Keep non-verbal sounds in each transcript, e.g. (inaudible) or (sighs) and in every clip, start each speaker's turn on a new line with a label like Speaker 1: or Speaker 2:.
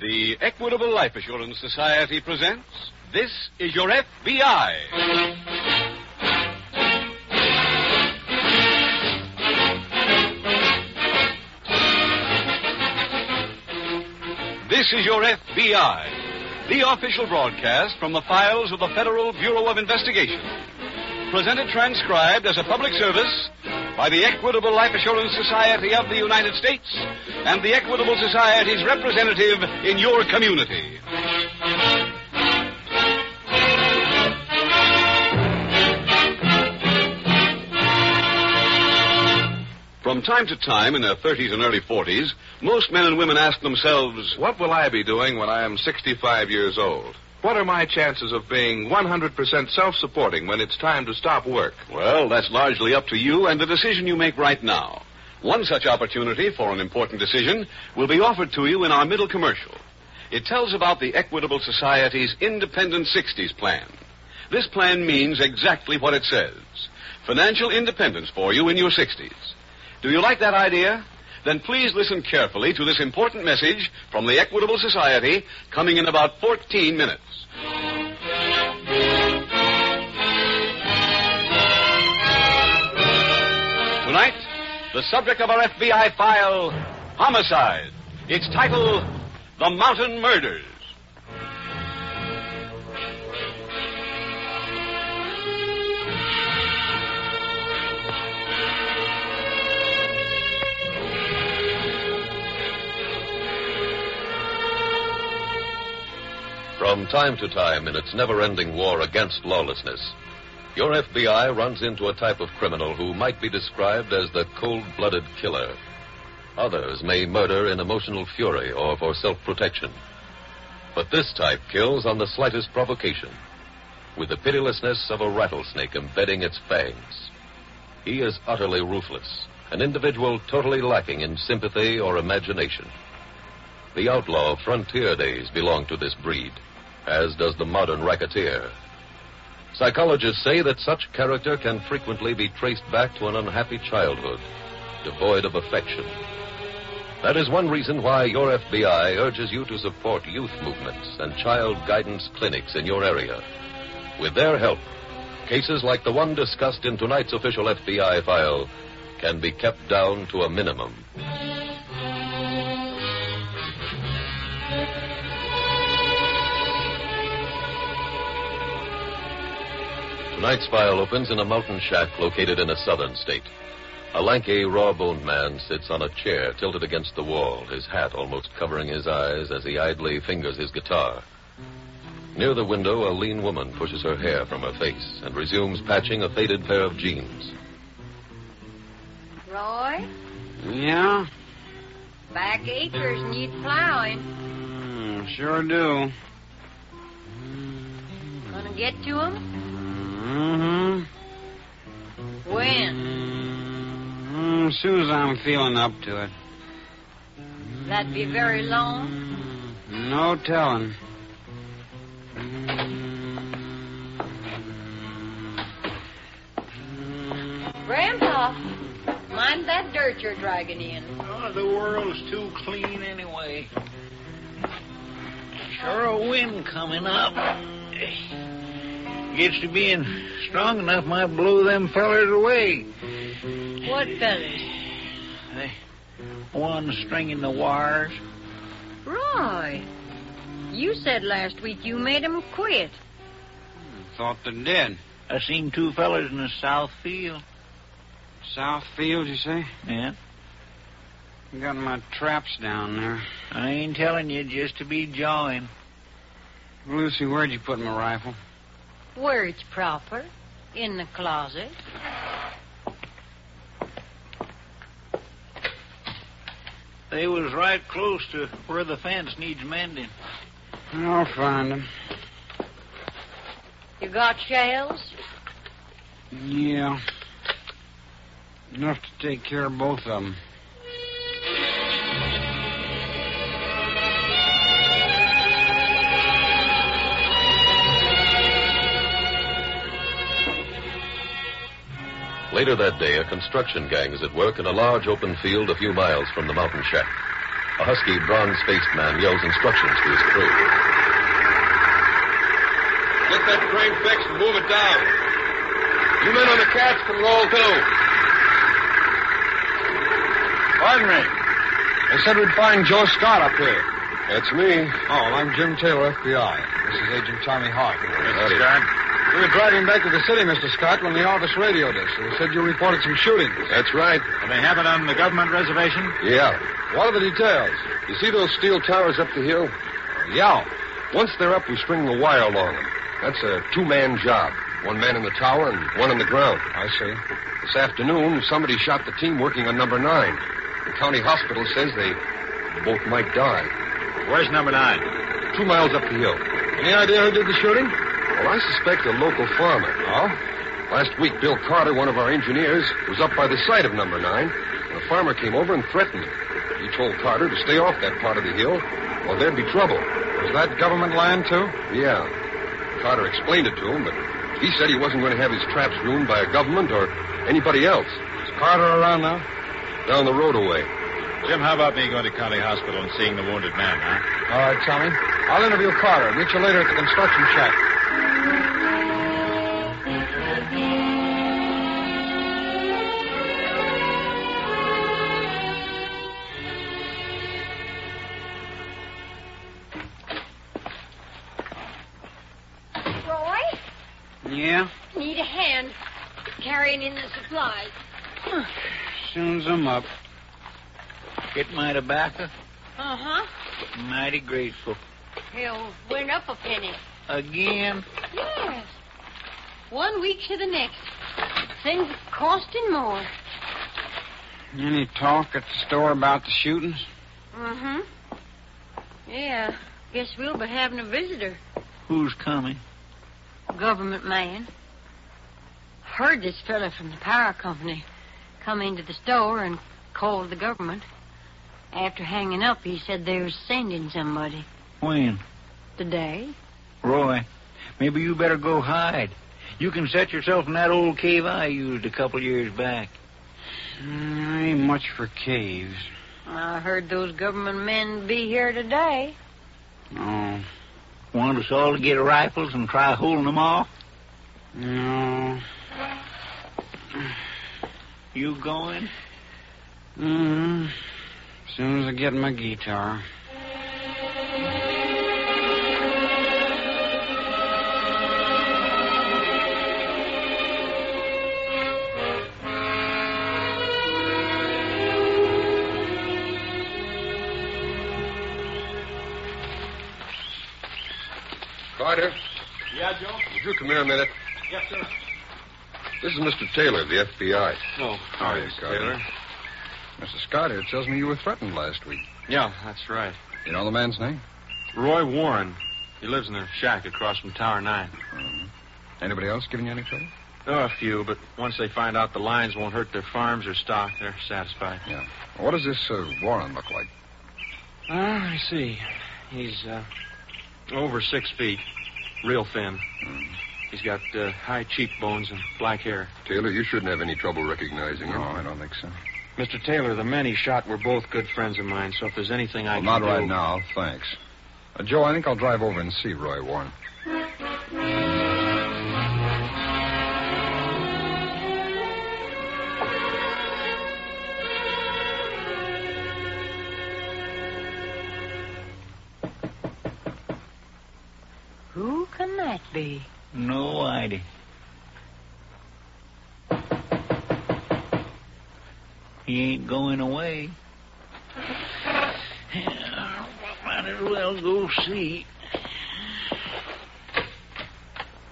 Speaker 1: The Equitable Life Assurance Society presents This is Your FBI. This is Your FBI, the official broadcast from the files of the Federal Bureau of Investigation. Presented transcribed as a public service by the Equitable Life Assurance Society of the United States and the Equitable Society's representative in your community. From time to time in their 30s and early 40s, most men and women ask themselves,
Speaker 2: What will I be doing when I am 65 years old? What are my chances of being 100% self supporting when it's time to stop work?
Speaker 1: Well, that's largely up to you and the decision you make right now. One such opportunity for an important decision will be offered to you in our middle commercial. It tells about the Equitable Society's Independent 60s plan. This plan means exactly what it says financial independence for you in your 60s. Do you like that idea? Then please listen carefully to this important message from the Equitable Society coming in about 14 minutes. Tonight, the subject of our FBI file, Homicide. It's titled The Mountain Murders.
Speaker 2: From time to time in its never ending war against lawlessness, your FBI runs into a type of criminal who might be described as the cold blooded killer. Others may murder in emotional fury or for self protection. But this type kills on the slightest provocation, with the pitilessness of a rattlesnake embedding its fangs. He is utterly ruthless, an individual totally lacking in sympathy or imagination. The outlaw of frontier days belonged to this breed, as does the modern racketeer. Psychologists say that such character can frequently be traced back to an unhappy childhood, devoid of affection. That is one reason why your FBI urges you to support youth movements and child guidance clinics in your area. With their help, cases like the one discussed in tonight's official FBI file can be kept down to a minimum. Tonight's file opens in a mountain shack located in a southern state. A lanky, raw-boned man sits on a chair tilted against the wall, his hat almost covering his eyes as he idly fingers his guitar. Near the window, a lean woman pushes her hair from her face and resumes patching a faded pair of jeans.
Speaker 3: Roy,
Speaker 4: Yeah?
Speaker 3: back acres need plowing.
Speaker 4: Hmm, sure do.
Speaker 3: Gonna get to 'em?
Speaker 4: Mm-hmm.
Speaker 3: When?
Speaker 4: Mm, soon as I'm feeling up to it.
Speaker 3: That'd be very long.
Speaker 4: No telling.
Speaker 3: Grandpa, mind that dirt you're dragging in.
Speaker 5: Oh, the world's too clean anyway. Sure a wind coming up. Gets to being strong enough might blow them fellers away.
Speaker 3: What fellas?
Speaker 5: They- One stringing the wires.
Speaker 3: Roy, you said last week you made 'em quit.
Speaker 4: Thought they did.
Speaker 5: I seen two fellers in the south field.
Speaker 4: Southfield, you say?
Speaker 5: Yeah.
Speaker 4: Got my traps down there.
Speaker 5: I ain't telling you just to be jawing.
Speaker 4: Lucy, where'd you put my rifle?
Speaker 3: Where it's proper. In the closet.
Speaker 5: They was right close to where the fence needs mending.
Speaker 4: I'll find them.
Speaker 3: You got shells?
Speaker 4: Yeah. Enough to take care of both of them.
Speaker 2: Later that day, a construction gang is at work in a large open field a few miles from the mountain shack. A husky, bronze-faced man yells instructions to his crew.
Speaker 6: Get that crane fixed and move it down. You men on the cats can roll too. Pardon me. They said we'd find Joe Scott up here. That's me. Oh, I'm Jim Taylor, FBI. This is Agent Tommy Hart.
Speaker 2: Howdy. Scott.
Speaker 6: We were driving back to the city, Mr. Scott, when the office radioed us. They said you reported some shootings. That's right.
Speaker 5: They have it on the government reservation?
Speaker 6: Yeah. What are the details? You see those steel towers up the hill? Yeah. Once they're up, we string the wire along them. That's a two-man job. One man in the tower and one on the ground. I see. This afternoon, somebody shot the team working on number nine. The county hospital says they both might die.
Speaker 5: Where's number nine?
Speaker 6: Two miles up the hill. Any idea who did the shooting? Well, I suspect a local farmer. Oh? Last week, Bill Carter, one of our engineers, was up by the site of number nine. And the farmer came over and threatened him. He told Carter to stay off that part of the hill, or there'd be trouble. Was that government land, too? Yeah. Carter explained it to him, but he said he wasn't going to have his traps ruined by a government or anybody else. Is Carter around now? Down the road away.
Speaker 7: Jim, how about me going to county hospital and seeing the wounded man, huh?
Speaker 6: All right, Tommy. I'll interview Carter. Meet you later at the construction shack.
Speaker 3: Roy,
Speaker 4: Yeah?
Speaker 3: need a hand carrying in the supplies. (clears throat)
Speaker 4: Soon's I'm up.
Speaker 5: Get my tobacco?
Speaker 3: Uh huh.
Speaker 5: Mighty grateful.
Speaker 3: Hill went up a penny.
Speaker 5: Again?
Speaker 3: Yes. One week to the next. Things are costing more.
Speaker 4: Any talk at the store about the shootings?
Speaker 3: Mm-hmm. Yeah. Guess we'll be having a visitor.
Speaker 5: Who's coming?
Speaker 3: Government man. Heard this fella from the power company come into the store and called the government. After hanging up, he said they was sending somebody
Speaker 5: When?
Speaker 3: today.
Speaker 5: Roy, maybe you better go hide. You can set yourself in that old cave I used a couple years back.
Speaker 4: Mm, ain't much for caves.
Speaker 3: I heard those government men be here today.
Speaker 4: No.
Speaker 5: Want us all to get rifles and try holding them off?
Speaker 4: No.
Speaker 5: You going?
Speaker 4: Mm-hmm. Soon as I get my guitar.
Speaker 6: Carter,
Speaker 8: Yeah, Joe?
Speaker 6: would you come here a minute?
Speaker 8: Yes, sir.
Speaker 6: This is Mr. Taylor, the FBI.
Speaker 8: No.
Speaker 6: How are you,
Speaker 8: Mr.
Speaker 6: Carter?
Speaker 8: Taylor.
Speaker 6: Mr. Scott here tells me you were threatened last week.
Speaker 8: Yeah, that's right.
Speaker 6: You know the man's name?
Speaker 8: Roy Warren. He lives in a shack across from Tower 9.
Speaker 6: Anybody else giving you any trouble?
Speaker 8: There are a few, but once they find out the lines won't hurt their farms or stock, they're satisfied.
Speaker 6: Yeah. What does this uh, Warren look like?
Speaker 8: Ah, I see. He's uh, over six feet, real thin. He's got uh, high cheekbones and black hair.
Speaker 6: Taylor, you shouldn't have any trouble recognizing him. No, I don't think so.
Speaker 8: Mr. Taylor, the men he shot were both good friends of mine, so if there's anything I
Speaker 6: Well,
Speaker 8: can
Speaker 6: not
Speaker 8: do...
Speaker 6: right now, thanks. Uh, Joe, I think I'll drive over and see Roy Warren.
Speaker 3: Who can that be?
Speaker 5: No idea. He ain't going away. Yeah, might as well go see.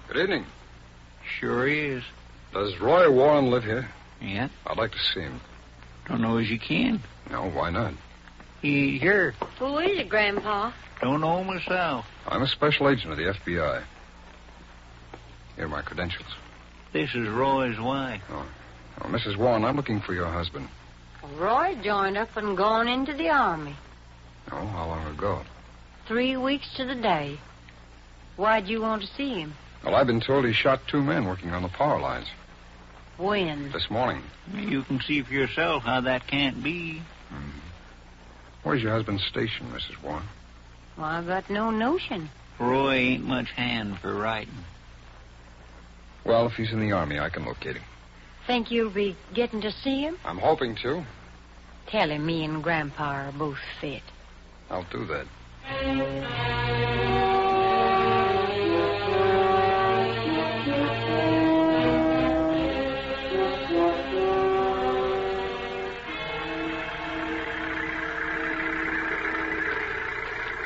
Speaker 6: Good evening.
Speaker 5: Sure is.
Speaker 6: Does Roy Warren live here?
Speaker 5: Yeah.
Speaker 6: I'd like to see him.
Speaker 5: Don't know as you can.
Speaker 6: No, why not?
Speaker 5: He ain't here.
Speaker 3: Who is it, Grandpa?
Speaker 5: Don't know myself.
Speaker 6: I'm a special agent of the FBI. Here are my credentials.
Speaker 5: This is Roy's wife.
Speaker 6: Oh, Mrs. Warren, I'm looking for your husband.
Speaker 3: Roy joined up and gone into the army.
Speaker 6: Oh, how long ago?
Speaker 3: Three weeks to the day. Why'd you want to see him?
Speaker 6: Well, I've been told he shot two men working on the power lines
Speaker 3: When?
Speaker 6: this morning.
Speaker 5: You can see for yourself how that can't be.
Speaker 6: Where's your husband's station, Mrs. Warren?
Speaker 3: Well, I got no notion.
Speaker 5: Roy ain't much hand for writing.
Speaker 6: Well, if he's in the army, I can locate him.
Speaker 3: Think you'll be getting to see him?
Speaker 6: I'm hoping to.
Speaker 3: Tell him me and Grandpa are both fit.
Speaker 6: I'll do that.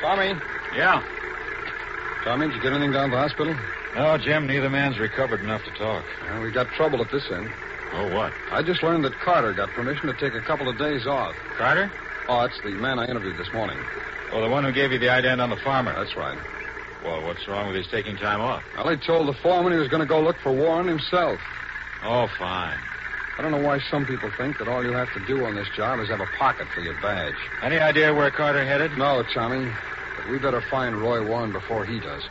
Speaker 6: Tommy.
Speaker 9: Yeah.
Speaker 6: Tommy, did you get anything down to the hospital?
Speaker 9: No, Jim, neither man's recovered enough to talk.
Speaker 6: Well, we got trouble at this end.
Speaker 9: Oh, what?
Speaker 6: I just learned that Carter got permission to take a couple of days off.
Speaker 9: Carter?
Speaker 6: Oh, that's the man I interviewed this morning.
Speaker 9: Oh, the one who gave you the ident on the farmer.
Speaker 6: That's right.
Speaker 9: Well, what's wrong with his taking time off?
Speaker 6: Well, he told the foreman he was going to go look for Warren himself.
Speaker 9: Oh, fine.
Speaker 6: I don't know why some people think that all you have to do on this job is have a pocket for your badge.
Speaker 9: Any idea where Carter headed?
Speaker 6: No, Tommy. But we better find Roy Warren before he does.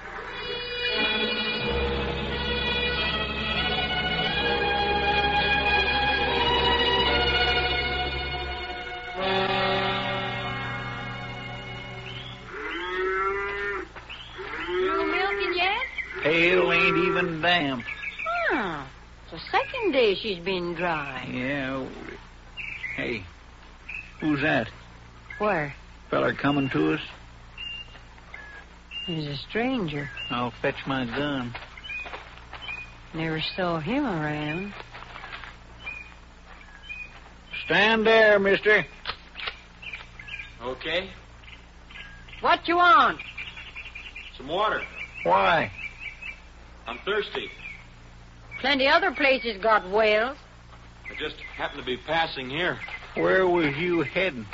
Speaker 3: No milking yet?
Speaker 5: Pail ain't even damp.
Speaker 3: Huh. Ah, It's the second day she's been dry.
Speaker 5: Yeah. Hey, who's that?
Speaker 3: Where?
Speaker 5: Feller coming to us?
Speaker 3: He's a stranger.
Speaker 5: I'll fetch my gun.
Speaker 3: Never saw him around.
Speaker 5: Stand there, mister.
Speaker 8: Okay.
Speaker 3: What you want?
Speaker 8: Some water.
Speaker 5: Why?
Speaker 8: I'm thirsty.
Speaker 3: Plenty other places got wells.
Speaker 8: I just happened to be passing here.
Speaker 5: Where was you heading?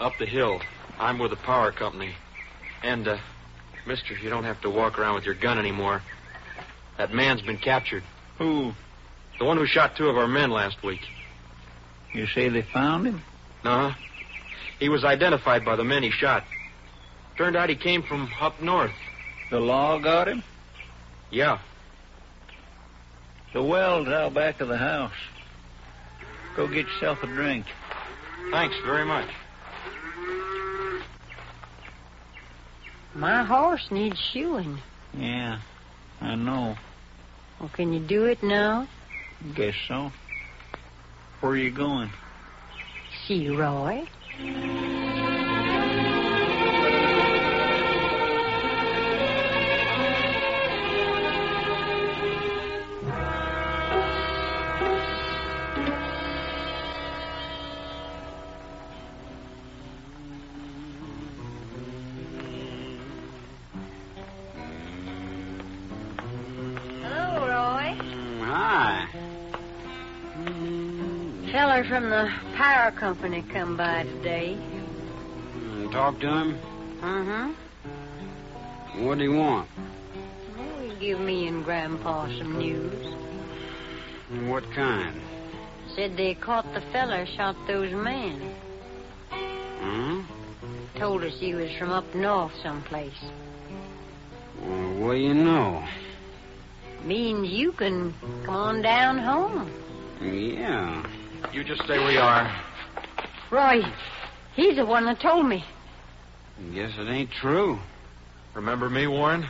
Speaker 8: Up the hill. I'm with the power company. And, uh, mister, you don't have to walk around with your gun anymore. That man's been captured.
Speaker 5: Who?
Speaker 8: The one who shot two of our men last week.
Speaker 5: You say they found him?
Speaker 8: Uh huh. He was identified by the men he shot. Turned out he came from up north.
Speaker 5: The law got him?
Speaker 8: Yeah.
Speaker 5: The well's out back of the house. Go get yourself a drink.
Speaker 8: Thanks very much.
Speaker 3: My horse needs shoeing.
Speaker 5: Yeah, I know.
Speaker 3: Well, can you do it now?
Speaker 5: Guess so. Where you going?
Speaker 3: See, Roy. feller from the power company come by today.
Speaker 4: Mm, talk to him?
Speaker 3: Mm-hmm.
Speaker 4: What do you want?
Speaker 3: Well, give me and Grandpa some news.
Speaker 4: And what kind?
Speaker 3: Said they caught the feller shot those men.
Speaker 4: Huh?
Speaker 3: Told us he was from up north someplace.
Speaker 4: Well, what do you know?
Speaker 3: Means you can come on down home.
Speaker 4: Yeah.
Speaker 8: You just stay where you are.
Speaker 3: Roy, he's the one that told me.
Speaker 4: Guess it ain't true.
Speaker 8: Remember me, Warren?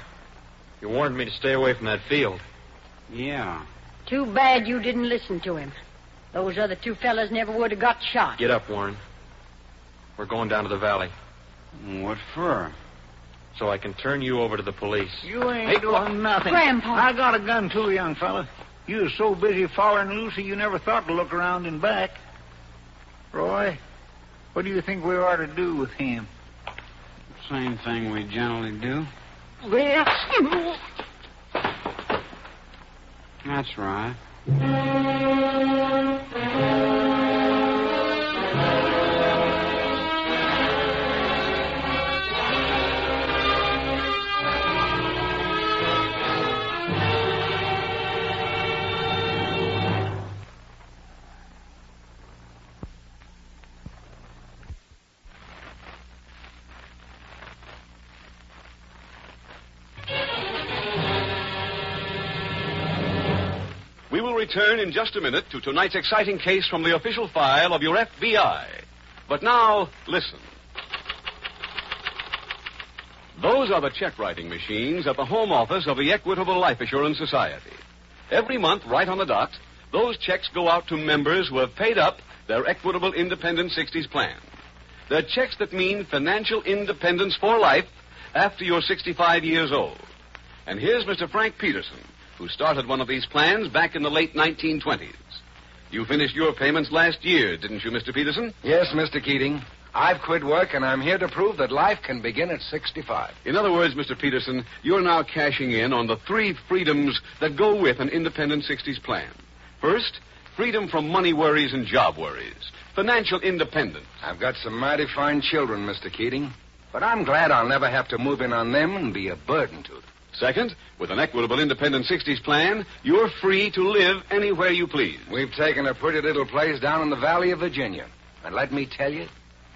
Speaker 8: You warned me to stay away from that field.
Speaker 4: Yeah.
Speaker 3: Too bad you didn't listen to him. Those other two fellas never would have got shot.
Speaker 8: Get up, Warren. We're going down to the valley,
Speaker 4: What for?
Speaker 8: so I can turn you over to the police.
Speaker 5: You ain't doing nothing.
Speaker 3: Grandpa.
Speaker 5: I got a gun, too, young fella. You was so busy following Lucy, you never thought to look around and back. Roy, what do you think we ought to do with him?
Speaker 4: Same thing we generally do.
Speaker 3: Well,
Speaker 4: That's right.
Speaker 1: We will return in just a minute to tonight's exciting case from the official file of your FBI. But now, listen. Those are the check writing machines at the home office of the Equitable Life Assurance Society. Every month, right on the dot, those checks go out to members who have paid up their Equitable Independent 60s plan. They're checks that mean financial independence for life after you're 65 years old. And here's Mr. Frank Peterson, who started one of these plans back in the late 1920s. You finished your payments last year, didn't you, Mr. Peterson?
Speaker 6: Yes, Mr. Keating. I've quit work, and I'm here to prove that life can begin at 65.
Speaker 1: In other words, Mr. Peterson, you're now cashing in on the three freedoms that go with an independent 60s plan. First, freedom from money worries and job worries, financial independence.
Speaker 6: I've got some mighty fine children, Mr. Keating. But I'm glad I'll never have to move in on them and be a burden to them.
Speaker 1: Second, with an equitable independent 60s plan, you're free to live anywhere you please.
Speaker 6: We've taken a pretty little place down in the Valley of Virginia. And let me tell you,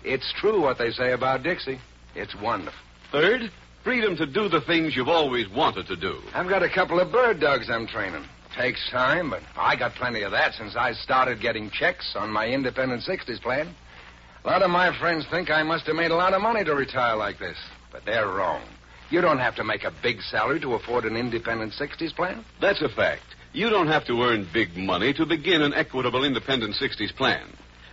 Speaker 6: it's true what they say about Dixie. It's wonderful.
Speaker 1: Third, freedom to do the things you've always wanted to do.
Speaker 6: I've got a couple of bird dogs I'm training. Takes time, but I got plenty of that since I started getting checks on my independent 60s plan. A lot of my friends think I must have made a lot of money to retire like this, but they're wrong. You don't have to make a big salary to afford an independent 60s plan.
Speaker 1: That's a fact. You don't have to earn big money to begin an equitable independent 60s plan.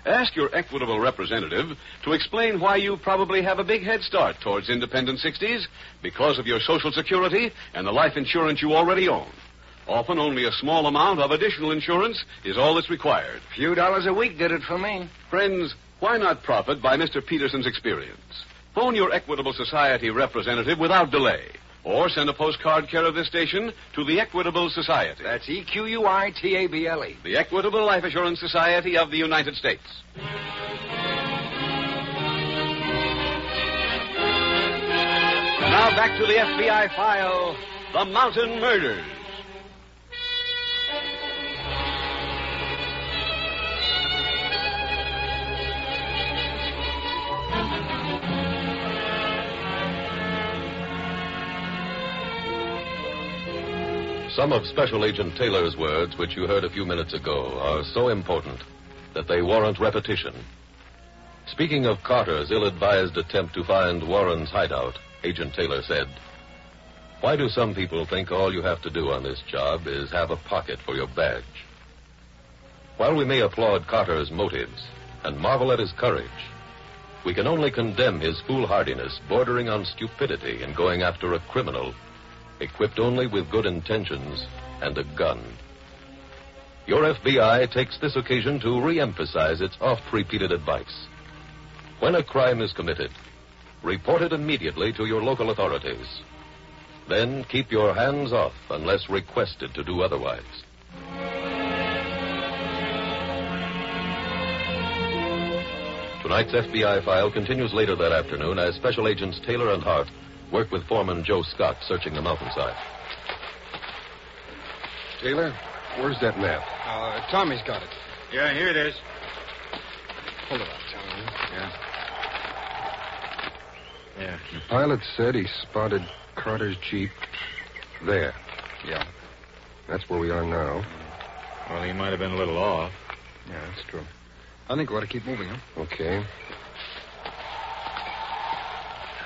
Speaker 1: Ask your equitable representative to explain why you probably have a big head start towards independent 60s because of your Social Security and the life insurance you already own. Often only a small amount of additional insurance is all that's required.
Speaker 6: A few dollars a week did it for me.
Speaker 1: Friends, why not profit by Mr. Peterson's experience? Phone your Equitable Society representative without delay or send a postcard care of this station to the Equitable Society.
Speaker 6: That's E Q U I T A B L E.
Speaker 1: the Equitable Life Assurance Society of the United States. Now back to the FBI file The Mountain Murders.
Speaker 2: Some of Special Agent Taylor's words, which you heard a few minutes ago, are so important that they warrant repetition. Speaking of Carter's ill advised attempt to find Warren's hideout, Agent Taylor said, Why do some people think all you have to do on this job is have a pocket for your badge? While we may applaud Carter's motives and marvel at his courage, we can only condemn his foolhardiness bordering on stupidity in going after a criminal equipped only with good intentions and a gun. Your FBI takes this occasion to re-emphasize its oft-repeated advice. When a crime is committed, report it immediately to your local authorities. Then keep your hands off unless requested to do otherwise. Tonight's FBI file continues later that afternoon as Special Agents Taylor and Hart work with Foreman Joe Scott searching the mountainside.
Speaker 6: Taylor, where's that map?
Speaker 4: Uh, Tommy's got it.
Speaker 9: Yeah, here it is.
Speaker 4: Pull it up, Tommy.
Speaker 9: Yeah. Yeah.
Speaker 6: The pilot said he spotted Carter's Jeep there.
Speaker 9: Yeah.
Speaker 6: That's where we are now.
Speaker 9: Well, he might have been a little off.
Speaker 6: Yeah, that's true.
Speaker 4: I think we ought to keep moving, huh?
Speaker 6: Okay.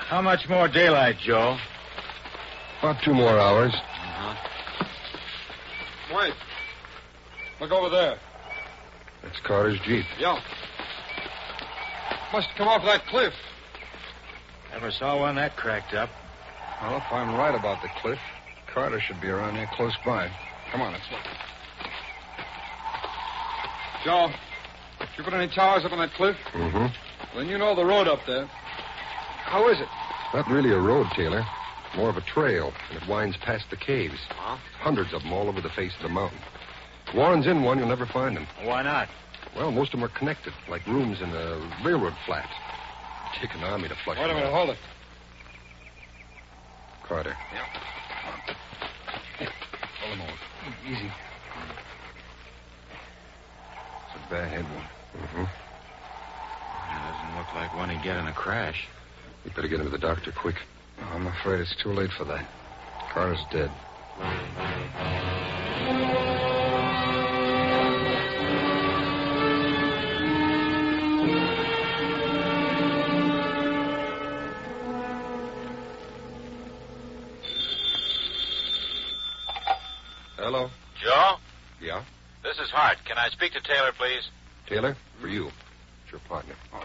Speaker 9: How much more daylight, Joe?
Speaker 6: About two more hours.
Speaker 9: Uh-huh.
Speaker 4: Wait. Look over there.
Speaker 6: That's Carter's Jeep.
Speaker 4: Yeah. Must come off that cliff.
Speaker 9: Never saw one that cracked up.
Speaker 6: Well, if I'm right about the cliff, Carter should be around here close by. Come on, let's look.
Speaker 4: Joe, if you put any towers up on that cliff,
Speaker 6: Mm-hmm.
Speaker 4: then you know the road up there. How is it?
Speaker 6: Not really a road, Taylor. More of a trail, and it winds past the caves.
Speaker 4: Huh?
Speaker 6: Hundreds of them all over the face of the mountain. Warren's in one, you'll never find him.
Speaker 9: Why not?
Speaker 6: Well, most of them are connected, like rooms in a railroad flat. Take an army to flush
Speaker 4: Wait a
Speaker 6: them
Speaker 4: minute,
Speaker 6: out.
Speaker 4: hold it.
Speaker 6: Carter.
Speaker 4: (laughs) Hold them over. Easy.
Speaker 6: It's a bad head one. Mm-hmm.
Speaker 9: Yeah, doesn't look like one he'd get in a crash.
Speaker 6: You better get him to the doctor quick. I'm afraid it's too late for that. Carter's dead. Hello?
Speaker 9: Joe?
Speaker 6: Yeah?
Speaker 9: This is Hart. Can I speak to Taylor, please?
Speaker 6: Taylor? For you. It's your partner. Oh.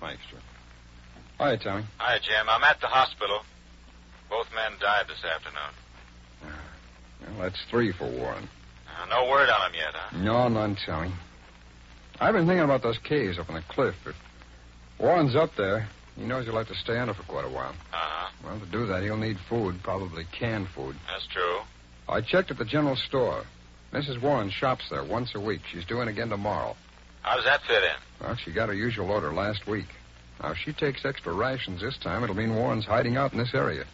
Speaker 4: Thanks, sir. Hi, Tommy.
Speaker 9: Hi, Jim. I'm at the hospital. Both men died this afternoon.
Speaker 6: Well, that's three for Warren.
Speaker 9: Uh, no word on him yet, huh?
Speaker 4: No, none, Tommy.
Speaker 6: I've been thinking about those caves up on the cliff, but Warren's up there. He knows he'll have to stay under for quite a while.
Speaker 9: Uh-huh.
Speaker 6: Well, to do that, he'll need food, probably canned food.
Speaker 9: That's true.
Speaker 6: I checked at the general store. Mrs. Warren shops there once a week. She's doing again tomorrow.
Speaker 9: How does that fit in?
Speaker 6: Well, she got her usual order last week. Now, if she takes extra rations this time, it'll mean Warren's hiding out in this area.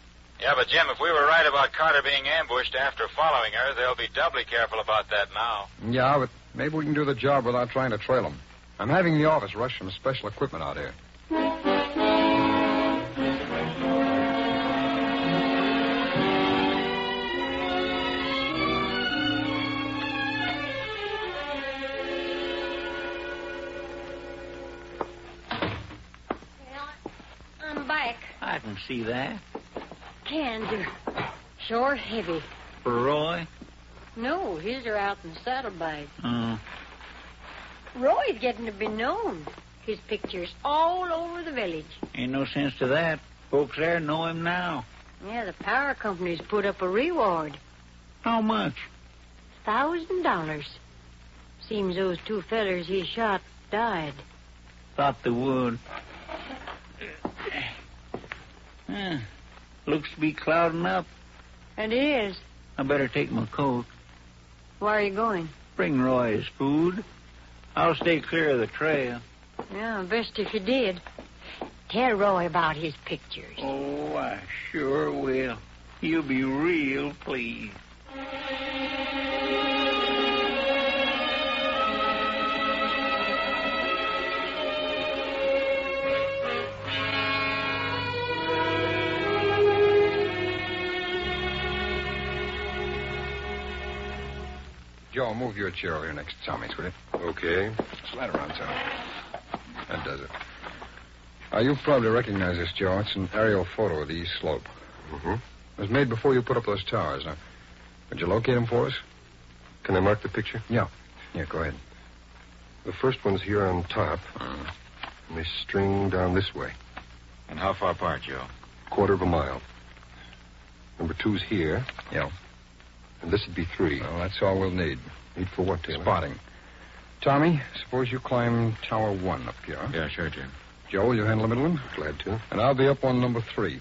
Speaker 9: Yeah, but Jim, if we were right about Carter being ambushed after following her, they'll be doubly careful about that now.
Speaker 6: Yeah, but maybe we can do the job without trying to trail him. I'm having the office rush some special equipment out here.
Speaker 3: I'm back.
Speaker 5: I can see that.
Speaker 3: Cans are sure heavy.
Speaker 5: For Roy?
Speaker 3: No, his are out in the saddlebag.
Speaker 5: Hmm.
Speaker 3: Roy's getting to be known. His picture's all over the village.
Speaker 5: Ain't no sense to that. Folks there know him now.
Speaker 3: Yeah, the power company's put up a reward.
Speaker 5: How much?
Speaker 3: Thousand dollars. Seems those two fellers he shot died.
Speaker 5: Thought they would. (sighs) Eh, looks to be clouding up.
Speaker 3: It is.
Speaker 5: I better take my coat.
Speaker 3: Where are you going?
Speaker 5: Bring Roy his food. I'll stay clear of the trail.
Speaker 3: Yeah, best if you did. Tell Roy about his pictures.
Speaker 5: Oh, I sure will. You'll be real pleased.
Speaker 6: Joe, move your chair over here next to Tommy's, will you? Okay. Slide around, Tommy. That does it. Uh, you probably recognize this, Joe. It's an aerial photo of the east slope. Mm-hmm. It was made before you put up those towers. Now, would you locate them for us? Can I mark the picture? Yeah. Yeah, go ahead. Uh-huh. The first one's here on top. And they string down this way,
Speaker 9: And how far apart, Joe?
Speaker 6: quarter of a mile. Number two's here.
Speaker 9: Yeah.
Speaker 6: And this would be three. Well, that's all we'll need. Need for what, Taylor? Spotting. Tommy, suppose you climb Tower One up here. huh?
Speaker 9: Yeah, sure, Jim.
Speaker 6: Joe, will you handle the middle one? Glad to. And I'll be up on number three.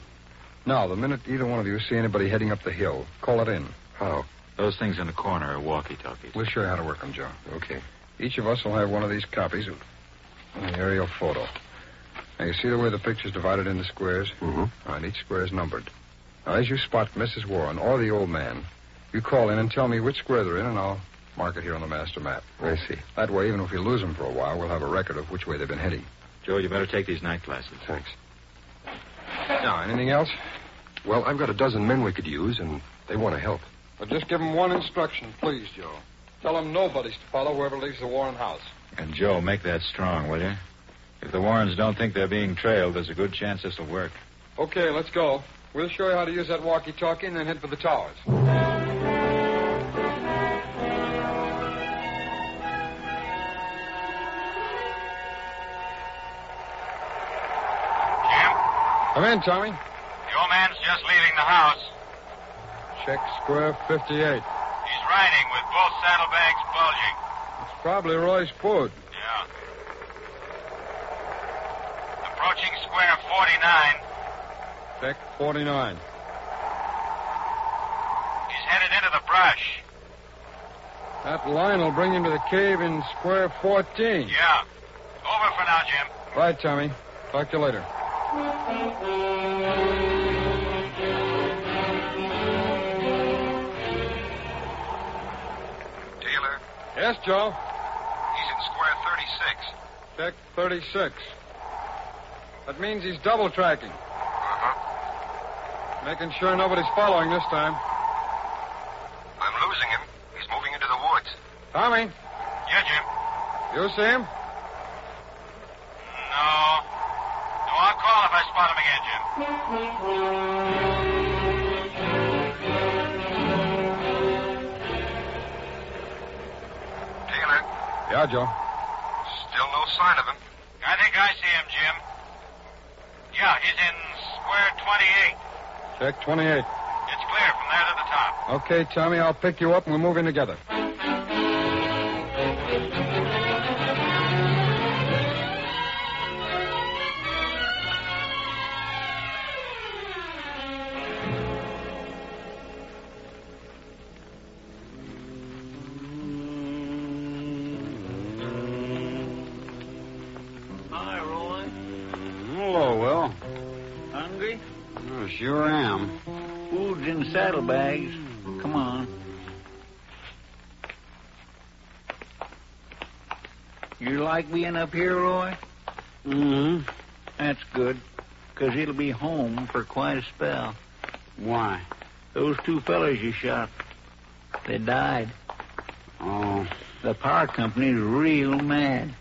Speaker 6: Now, the minute either one of you see anybody heading up the hill, call it in. How?
Speaker 9: Those things in the corner are walkie-talkies.
Speaker 6: We'll show you how to work them, Joe. Okay. Each of us will have one of these copies. An aerial photo. Now, you see the way the picture's divided into squares? Mm-hmm. All right, each square is numbered. Now, as you spot Mrs. Warren or the old man, you call in and tell me which square they're in, and I'll mark it here on the master map.
Speaker 10: I see.
Speaker 6: That way, even if we lose them for a while, we'll have a record of which way they've been heading.
Speaker 10: Joe, you better take these night glasses.
Speaker 6: Thanks. Now, anything else?
Speaker 10: Well, I've got a dozen men we could use, and they want to help.
Speaker 11: Well, just give them one instruction, please, Joe. Tell them nobody's to follow whoever leaves the Warren house.
Speaker 10: And, Joe, make that strong, will you? If the Warrens don't think they're being trailed, there's a good chance this will work.
Speaker 11: Okay, let's go. We'll show you how to use that walkie-talkie and then head for the towers.
Speaker 6: Come in, Tommy.
Speaker 9: The old man's just leaving the house.
Speaker 6: Check square 58.
Speaker 9: He's riding with both saddlebags bulging.
Speaker 6: It's probably Roy's food.
Speaker 9: Yeah. Approaching square 49.
Speaker 6: Check 49.
Speaker 9: He's headed into the brush.
Speaker 6: That line will bring him to the cave in square 14.
Speaker 9: Yeah. Over for now, Jim.
Speaker 6: Right, Tommy. Talk to you later.
Speaker 9: Taylor,
Speaker 6: Yes, Joe.
Speaker 9: he's in square 36.
Speaker 6: Check 36. That means he's double tracking.
Speaker 9: Uh-huh.
Speaker 6: Making sure nobody's following this time.
Speaker 9: I'm losing him. He's moving into the woods.
Speaker 6: Tommy,
Speaker 9: Yeah, Jim.
Speaker 6: you see him?
Speaker 9: No. No, I'll call if I spot him again, Jim. Taylor,
Speaker 6: Yeah, Joe.
Speaker 9: still no sign of him. I think I see him, Jim. Yeah, he's in square 28.
Speaker 6: Check 28.
Speaker 9: It's clear from there to the top.
Speaker 6: Okay, Tommy, I'll pick you up and we'll move in together.
Speaker 5: Hi, Roy.
Speaker 4: Hello, Will.
Speaker 5: Hungry?
Speaker 4: Oh, sure am.
Speaker 5: Food's in saddlebags. Come on. You like being up here, Roy?
Speaker 4: Mm-hmm.
Speaker 5: That's good, 'cause it'll be home for quite a spell.
Speaker 4: Why?
Speaker 5: Those two fellas you shot, they died.
Speaker 4: Oh,
Speaker 5: The power company's real mad.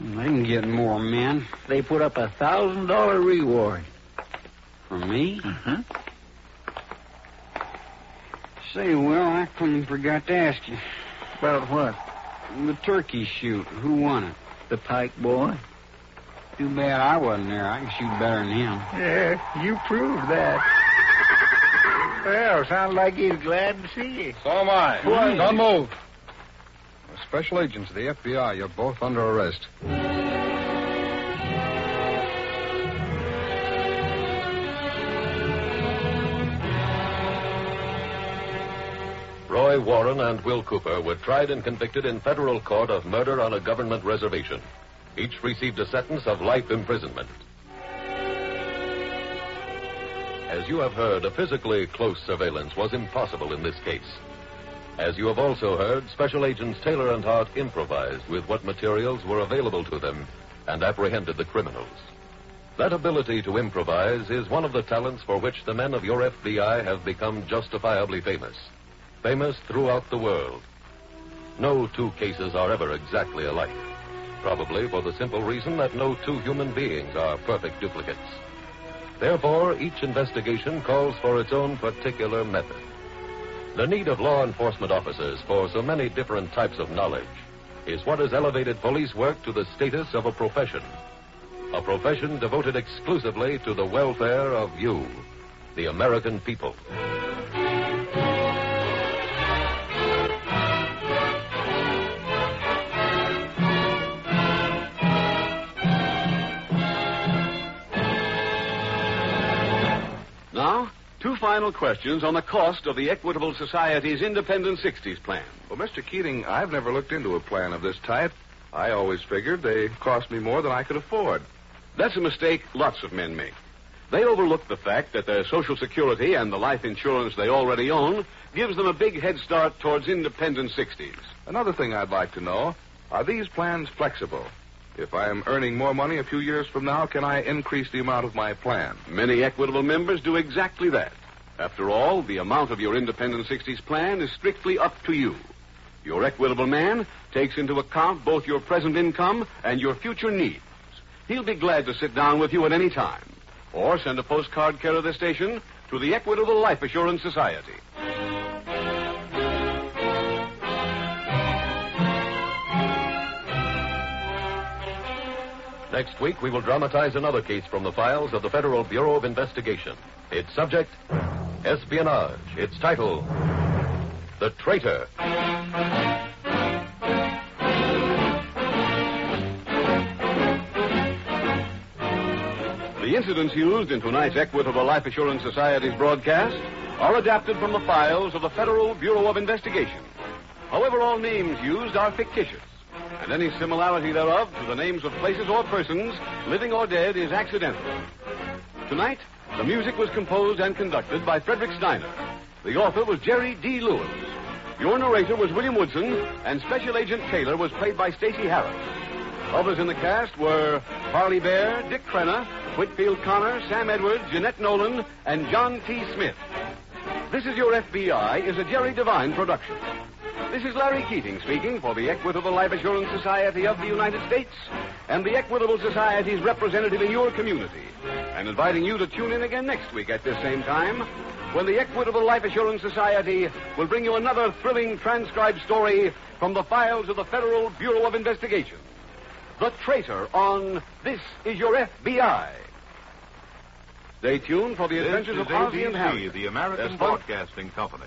Speaker 4: they can get more men
Speaker 5: They put up a thousand dollar reward.
Speaker 4: for me.
Speaker 5: Uh-huh.
Speaker 4: Say, Will, I clean forgot to ask you.
Speaker 5: About what?
Speaker 4: The turkey shoot, who won it?
Speaker 5: The Pike boy?
Speaker 4: Too bad I wasn't there. I can shoot better than him.
Speaker 5: Yeah, you proved that. well, sounds like he's glad to see you.
Speaker 6: So am I.
Speaker 5: Why?
Speaker 6: Don't move. Special agents of the FBI, you're both under arrest.
Speaker 2: Roy Warren and Will Cooper were tried and convicted in federal court of murder on a government reservation. Each received a sentence of life imprisonment. As you have heard, a physically close surveillance was impossible in this case. As you have also heard, Special Agents Taylor and Hart improvised with what materials were available to them and apprehended the criminals. That ability to improvise is one of the talents for which the men of your FBI have become justifiably famous famous throughout the world. No two cases are ever exactly alike, probably for the simple reason that no two human beings are perfect duplicates. Therefore, each investigation calls for its own particular method. The need of law enforcement officers for so many different types of knowledge is what has elevated police work to the status of a profession. A profession devoted exclusively to the welfare of you, the American people.
Speaker 1: Now, two final questions on the cost of the Equitable Society's Independent 60s plan.
Speaker 10: Well, Mr. Keating, I've never looked into a plan of this type.
Speaker 12: I always figured they cost me more than I could afford.
Speaker 1: That's a mistake lots of men make. They overlook the fact that their Social Security and the life insurance they already own gives them a big head start towards independent 60s.
Speaker 12: Another thing I'd like to know are these plans flexible? If I'm earning more money a few years from now, can I increase the amount of my plan?
Speaker 1: Many Equitable members do exactly that. After all, the amount of your Independent 60s plan is strictly up to you. Your Equitable man takes into account both your present income and your future needs. He'll be glad to sit down with you at any time. Or send a postcard care of the station to the Equitable Life Assurance Society.
Speaker 2: Next week, we will dramatize another case from the files of the Federal Bureau of Investigation. Its subject, espionage. Its title, The Traitor.
Speaker 1: The incidents used in tonight's Equitable Life Assurance Society's broadcast are adapted from the files of the Federal Bureau of Investigation. However, all names used are fictitious, and any similarity thereof to the names of places or persons, living or dead, is accidental. Tonight, the music was composed and conducted by Frederick Steiner. The author was Jerry D. Lewis. Your narrator was William Woodson, and Special Agent Taylor was played by Stacey Harris. Others in the cast were Harley Bear, Dick Crenna, Whitfield Connor, Sam Edwards, Jeanette Nolan, and John T. Smith. This is Your FBI is a Jerry Devine production. This is Larry Keating speaking for the Equitable Life Assurance Society of the United States and the Equitable Society's representative in your community, and inviting you to tune in again next week at this same time when the Equitable Life Assurance Society will bring you another thrilling transcribed story from the files of the Federal Bureau of Investigation. The Traitor on This Is Your FBI. Stay tuned for the adventures of Ozzie and Harry.
Speaker 13: the American
Speaker 1: That's fine.
Speaker 13: Broadcasting Company.